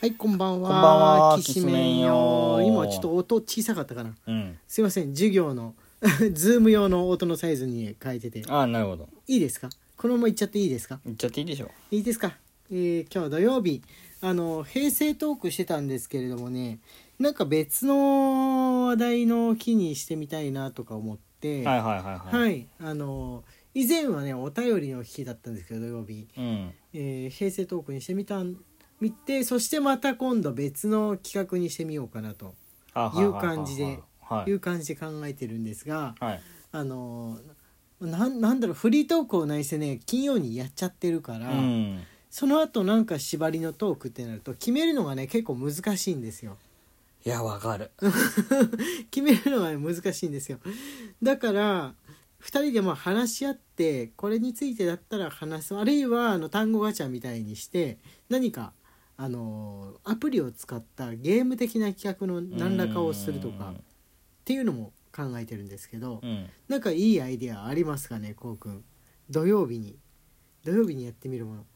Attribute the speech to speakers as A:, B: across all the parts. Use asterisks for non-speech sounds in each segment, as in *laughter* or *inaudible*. A: はい、こんばんは。
B: こんばんは
A: きしめんよ。
B: きしめんよ
A: 今ちょっと音小さかったかな。
B: うん
A: すいません、授業の、 *laughs* ズーム用の音のサイズに変えてて。い
B: ああなるほど
A: いですかこのままいっちゃっていいですか
B: 言っちゃっていいでしょ
A: いいですかえー今日土曜日、あの、平成トークしてたんですけれどもね、なんか別の話題の日にしてみたいなとか思って、
B: はい
A: い、
B: はいはい
A: はいい。あの、以前はね、お便りの日だったんですけど、土曜日。
B: うん
A: えー平成トークにしてみたん見てそしてまた今度別の企画にしてみようかなと
B: あはいいう
A: 感じで
B: はい
A: いう感じで考えてるんですが、
B: はい
A: あのーなんなんだろうフリートークを内してね金曜にやっちゃってるから、
B: うん
A: その後なんか縛りのトークってなると決めるのがね結構難しいんですよ
B: いやわかる
A: 決めるのが、ね、難しいんですよだから2人でまあ話し合ってこれについてだったら話すあるいはあの単語ガチャみたいにして何かあのアプリを使ったゲーム的な企画の何らかをするとかっていうのも考えてるんですけど
B: うん
A: なんかいいアイデアありますかねこうくん土曜日に土曜日にやってみるもの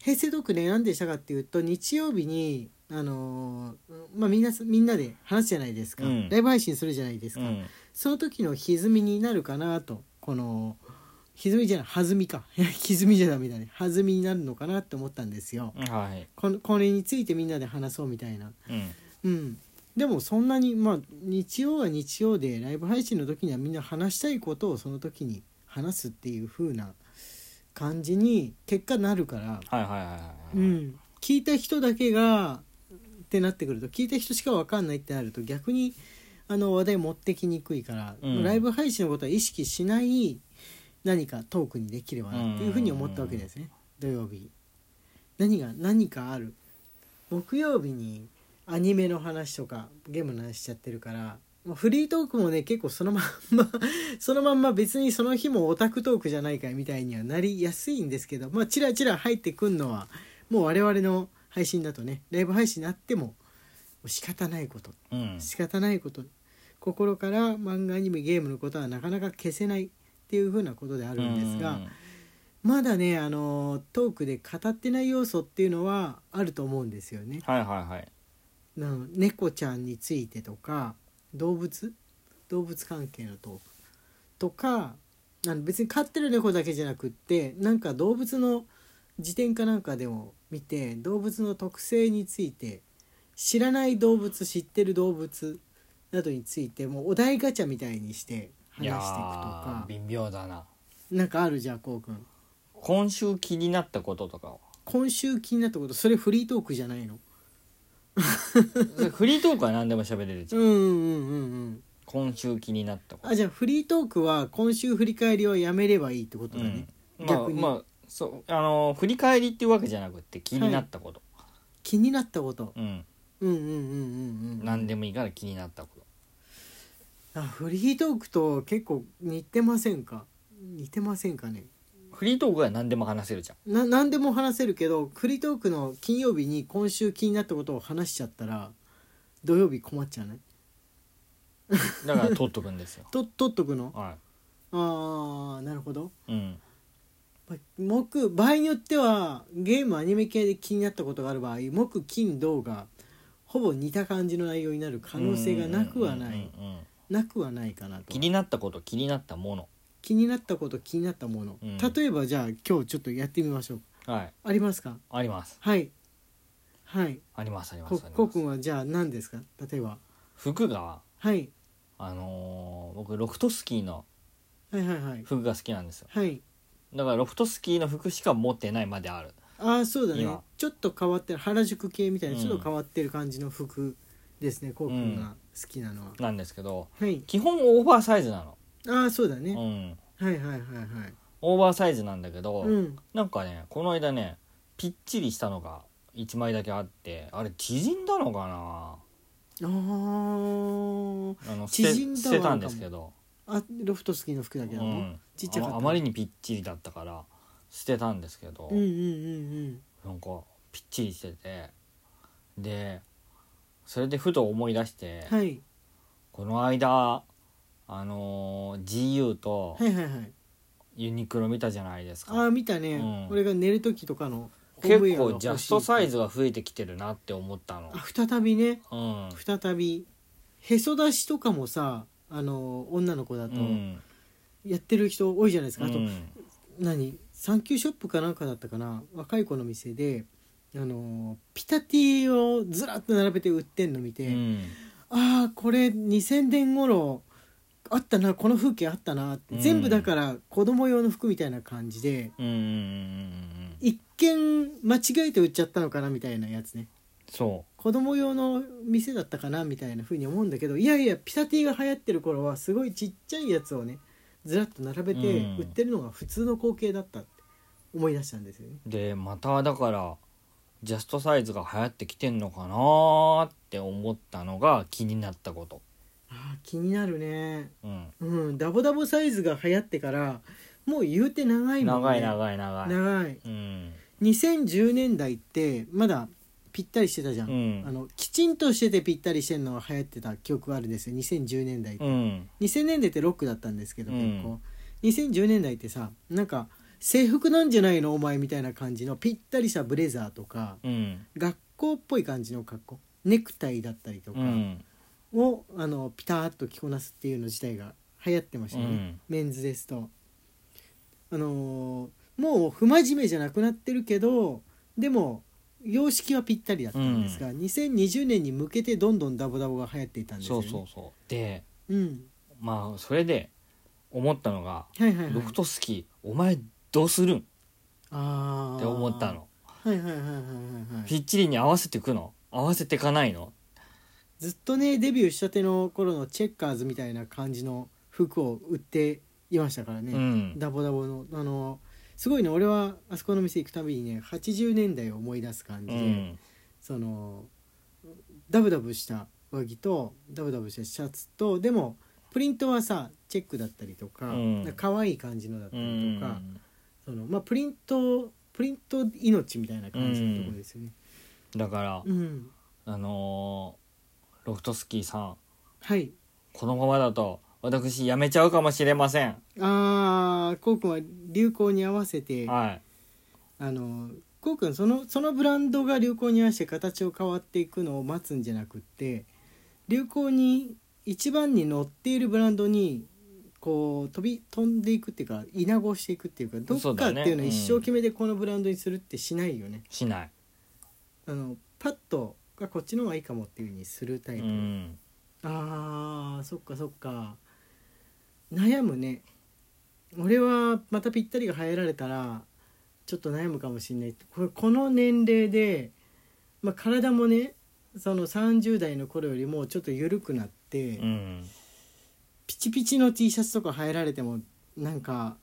A: 平成ドックね何でしたかっていうと日曜日にあのーまあみんなみんなで話すじゃないですか、
B: うん
A: ライブ配信するじゃないです
B: う
A: か、
B: ん
A: その時の歪みになるかなとこの歪みじゃない弾みか *laughs* 歪みじゃダメだね弾みになるのかなって思ったんですよ
B: うんはい
A: このこれについてみんなで話そうみたいな
B: うん
A: うん、でもそんなにまあ日曜は日曜でライブ配信の時にはみんな話したいことをその時に話すっていう風な感じに結果なるから、
B: はいはいはいはい
A: うん、聞いた人だけがってなってくると聞いた人しか分かんないってなると逆にあの話題持ってきにくいから、
B: うん
A: ライブ配信のことは意識しない何かトークにできればなっていうふうに思ったわけですね、土曜日何が何かある木曜日にアニメの話とかゲームの話しちゃってるからもうフリートークもね結構そのまんま *laughs* そのまんま別にその日もオタクトークじゃないかいみたいにはなりやすいんですけどまあチラチラ入ってくんのはもう我々の配信だとねライブ配信になってももう仕方ないこと
B: うん
A: 仕方ないこと心から漫画アニメゲームのことはなかなか消せないっていうふうなことであるんですが、まだねあのトークで語ってない要素っていうのはあると思うんですよね。
B: はいはいはい
A: なの猫ちゃんについてとか動物動物関係のととかあの別に飼ってる猫だけじゃなくってなんか動物の辞典かなんかでも見て動物の特性について知らない動物知ってる動物などについてもうお題ガチャみたいにして話していくとか
B: いやー微妙だな
A: なんかあるじゃんこうくん
B: 今週気になったこととかは *laughs*
A: 今週気になったことそれフリートークじゃないの
B: フリートークは何でも喋れるじ
A: う
B: ゃん
A: んうんうんうん
B: 今週気になったこと
A: あじゃあフリートークは今週振り返りはやめればいいってことだね、
B: うん、まあ
A: 逆に
B: まあそうあのー振り返りっていうわけじゃなくて気になったこと、
A: 気になったこと
B: うん
A: うんうんうんうんうん
B: 何でもいいから気になったこと
A: あフリートークと結構似てませんか似てませんかね
B: フリートークは何でも話せるじゃん
A: な何でも話せるけどフリートークの金曜日に今週気になったことを話しちゃったら土曜日困っちゃうね
B: だから取っとくんですよ *laughs*
A: と取っとくの
B: は
A: ああなるほど
B: い、うん、
A: ま木場合によってはゲームアニメ系で気になったことがある場合木金銅がほぼ似た感じの内容になる可能性がなくはない、
B: うんうんうんうん
A: なくはないかなと
B: 気になったこと気になったもの
A: 気になったこと気になったもの、
B: うん
A: 例えばじゃあ今日ちょっとやってみましょう
B: はい
A: ありますか
B: あります
A: はいはい
B: ありますあります
A: こ
B: あります
A: こうくんはじゃあ何ですか例えば、
B: 服が
A: はい、
B: あのー僕ロフトスキーの
A: はいはいはい
B: 服が好きなんですよ
A: はい
B: だからロフトスキーの服しか持ってないまである
A: ああそうだね
B: 今
A: ちょっと変わってる原宿系みたいな
B: うん
A: ちょっと変わってる感じの服ですね、こうくん
B: うん
A: が好きなのは、
B: なんですけど
A: はい
B: 基本オーバーサイズなの、
A: ああそうだね、
B: うん、
A: はいはいはいはい
B: オーバーサイズなんだけど、
A: うん
B: なんかねこの間ねぴっちりしたのが1枚だけあってあれ縮んだのか
A: あー
B: なあの捨て
A: 縮んだ
B: 捨
A: のかも
B: てたんですけど、
A: あロフトスキーの服だ
B: う
A: けなの、
B: ん、
A: ちっちゃかった
B: ああまりにぴっちりだったから捨てたんですけど、
A: うんうんうんうん
B: なんかぴっちりしててでそれでふと思い出して、
A: はい
B: この間あのー GU と
A: はいはいはい
B: ユニクロ見たじゃないですか、
A: ああ見たね、
B: うん
A: 俺が寝る時とかのゴムや
B: 結
A: が欲しい
B: 構ジャストサイズが増えてきてるなって思ったの
A: あ再びね
B: うん
A: 再びへそ出しとかもさあの女の子だと
B: うん
A: やってる人多いじゃないですか、あ
B: う
A: と
B: ん
A: 何サンキューショップかなんかだったかな若い子の店であのピタティをずらっと並べて売ってんの見て、
B: うん
A: ああこれ2000年頃あったなこの風景あったなって、
B: うん
A: 全部だから子供用の服みたいな感じで
B: うんうんうんうん
A: 一見間違えて売っちゃったのかなみたいなやつね
B: そ
A: 子供用の店だったかなみたいな風に思うんだけどいやいやピタティが流行ってる頃はすごいちっちゃいやつをねずらっと並べて
B: うん
A: 売ってるのが普通の光景だったって思い出したんですよね。
B: うでまただからジャストサイズが流行ってきてんのかなーって思ったのが気になったこと
A: ああ気になるね。
B: うん
A: うん、ダボダボサイズが流行ってからもう言うて長いもんね
B: 長い長い長い
A: 長い
B: うん
A: 2010年代ってまだぴったりしてたじゃん、
B: うん
A: あのきちんとしててぴったりしてんのは流行ってた記憶があるんですよ2010年代って、
B: うん
A: 2000年代ってロックだったんですけど、
B: うん
A: 結構2010年代ってさなんか制服なんじゃないのお前みたいな感じのぴったりしたブレザーとか
B: うん
A: 学校っぽい感じの格好ネクタイだったりとか
B: うん
A: を、あのピターッと着こなすっていうの自体が流行ってましたよね、
B: うん
A: メンズですと。あのーもう不真面目じゃなくなってるけどでも様式はぴったりだったんですが、2020年に向けてどんどんダボダボが流行っていたんです
B: そ
A: よ
B: う
A: ね。
B: そうそうで
A: うん、
B: まあそれで思ったのが
A: はいはい、
B: 「
A: はい、
B: ロフトスキーお前どうするん?」
A: あー
B: って思った。の
A: はいはいはいはいはいはい。
B: ぴっちりに合わせてくの合わせてかないの
A: ずっとねデビューしたての頃のチェッカーズみたいな感じの服を売っていましたから
B: う
A: ね、
B: ん
A: ダボダボのあのすごいね俺はあそこの店行くたびにね80年代を思い出す感じ
B: う
A: で、
B: ん
A: そのダブダブした上着とダブダブしたシャツとでもプリントはさチェックだったりとか,、
B: うん
A: なんか可愛い感じのだった
B: う
A: りとか、
B: ん
A: そのまあ、プリントプリント命みたいな感じのところですよね。
B: だから
A: うん、
B: あのーロフトスキーさん
A: はい
B: このままだと私辞めちゃうかもしれません
A: ああこうくんは流行に合わせて
B: は
A: あのこうくんそのそのブランドが流行に合わせて形を変わっていくのを待つんじゃなくって流行に一番に乗っているブランドにこう飛び飛んでいくっていうかイナゴしていくっていうかど
B: そう
A: っか
B: だ
A: って
B: ね
A: いうのは一
B: う
A: 生
B: ん
A: 決めてこのブランドにするってしないよね。
B: いしない
A: あのパッとあこっちの方がいいかもっていうふうにするタ
B: う
A: イプ、
B: ん
A: あーそっかそっか悩むね俺はまたぴったりが流行られたらちょっと悩むかもしんないこれこの年齢で、まあ、体もねその30代の頃よりもちょっと緩くなって、
B: うん
A: ピチピチの T シャツとか入られてもなんか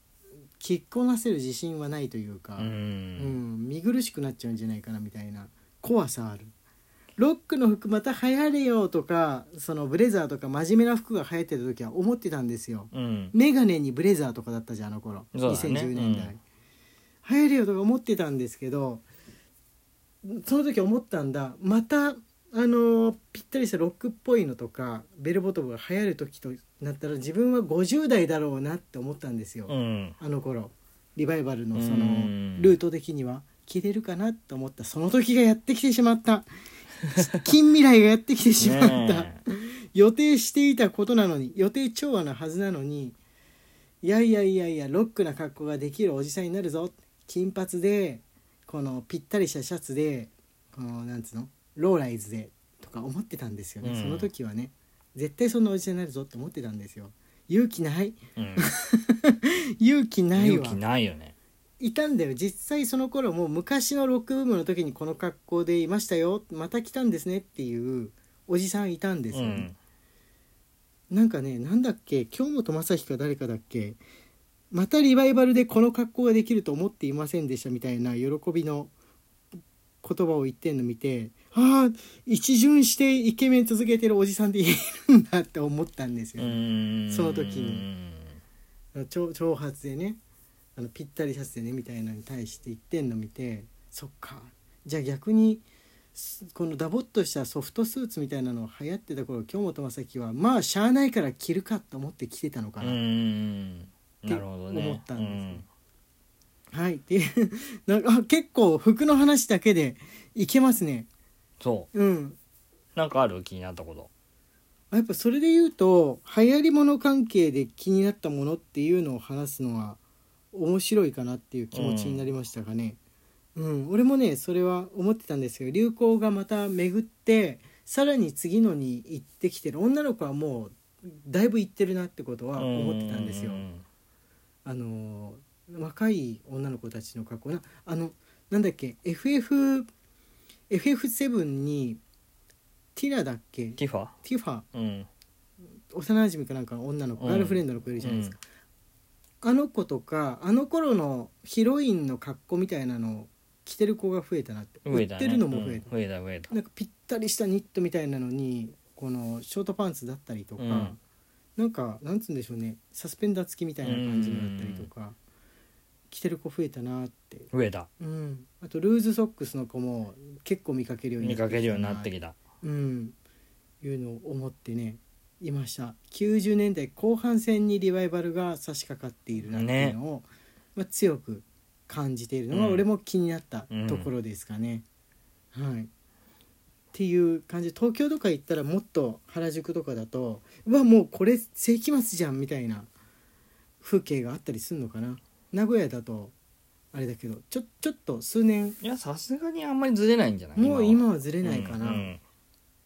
A: 着こなせる自信はないというか、
B: う
A: うんん見苦しくなっちゃうんじゃないかなみたいな怖さあるロックの服また流行れよとかそのブレザーとか真面目な服が流行ってた時は思ってたんですよ
B: うん
A: メガネにブレザーとかだったじゃんあの頃、
B: そうだね
A: 2010年代、流行れよとか思ってたんですけどその時思ったんだまたあのーぴったりしたロックっぽいのとかベルボトムが流行る時となったら自分は50代だろうなって思ったんですよ、
B: うん
A: あの頃リバイバルのその
B: うん
A: ルート的には着れるかなと思ったその時がやってきてしまった *laughs* 近未来がやってきてしまった、
B: ねえ
A: 予定していたことなのに予定調和のはずなのにいやいやいやいやロックな格好ができるおじさんになるぞ金髪でこのぴったりしたシャツでこのなんつうのローライズでとか思ってたんですよね、
B: うん
A: その時はね絶対そんなおじさんになるぞって思ってたんですよ勇気ない
B: うん
A: 勇気ない
B: 勇
A: わ
B: 気ないよね
A: いたんだよ実際その頃もう昔のロックブームの時にこの格好でいましたよまた来たんですねっていうおじさんいたんです
B: う
A: よね、
B: ん
A: なんかねなんだっけ京本正樹か誰かだっけまたリバイバルでこの格好ができると思っていませんでしたみたいな喜びの言葉を言ってんの見てああ一巡してイケメン続けてるおじさんでいるんだって思ったんですよ、
B: うん
A: その時に長長髪でねあのぴったりさせてねみたいなのに対して言ってんの見てそっかじゃあ逆にすこのダボっとしたソフトスーツみたいなのが流行ってた頃京本正樹はまあしゃあないから着るかと思って着てたのか
B: う
A: な、
B: んなるほどね
A: って思ったんですね
B: うん
A: はいっていう *laughs* なんかあ結構服の話だけでいけますね
B: そう
A: うん
B: なんかある気になったこと
A: あやっぱそれで言うと流行り物関係で気になったものっていうのを話すのは面白いかなっていう気持ちになりましたかね。うん、俺もねそれは思ってたんですけど流行がまた巡ってさらに次のに行ってきてる女の子はもうだいぶ行ってるなってことは思ってたんですよ
B: う。ん
A: あのー若い女の子たちの格好なあのなんだっけ FF FF7 にティラだっけ
B: ティファ
A: ティファ
B: うん
A: 幼馴染かなんかの女の子、
B: うん
A: ガールフレンドの子いるじゃないですか、あの子とかあの頃のヒロインの格好みたいなのを着てる子が増えたなって、
B: 増え
A: 売
B: た
A: っ
B: ね
A: てるのも増えた、
B: うん増えた増えた
A: なんかぴったりしたニットみたいなのにこのショートパンツだったりとか、
B: うん
A: なんかなんつうんでしょうねサスペンダー付きみたいな感じになったりとか、着てる子増えたなって、
B: 増えた
A: うん、あとルーズソックスの子も結構見かけるように
B: 見
A: な
B: か
A: って
B: け
A: き
B: るよ
A: た
B: うになってきた
A: うん、いうのを思ってねいました90年代後半戦にリバイバルが差し掛かっているなっていうのを、まあ、強く感じているのが
B: うん
A: 俺も気になったところですかね。はいっていう感じ東京とか行ったらもっと原宿とかだとうわもうこれ世紀末じゃんみたいな風景があったりするのかな名古屋だとあれだけどちょちょっと数年
B: いやさすがにあんまりずれないんじゃない
A: もう今
B: は
A: はずれないかな、
B: うん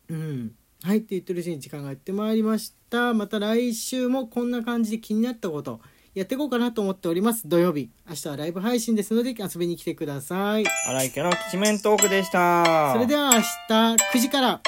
B: う
A: う
B: ん
A: ん、はいって言ってるうちに時間がやってまいりましたまた来週もこんな感じで気になったことやっていこうかなと思っております土曜日明日はライブ配信ですので遊びに来てください
B: 荒井家のきちめんトークでした
A: それでは明日9時から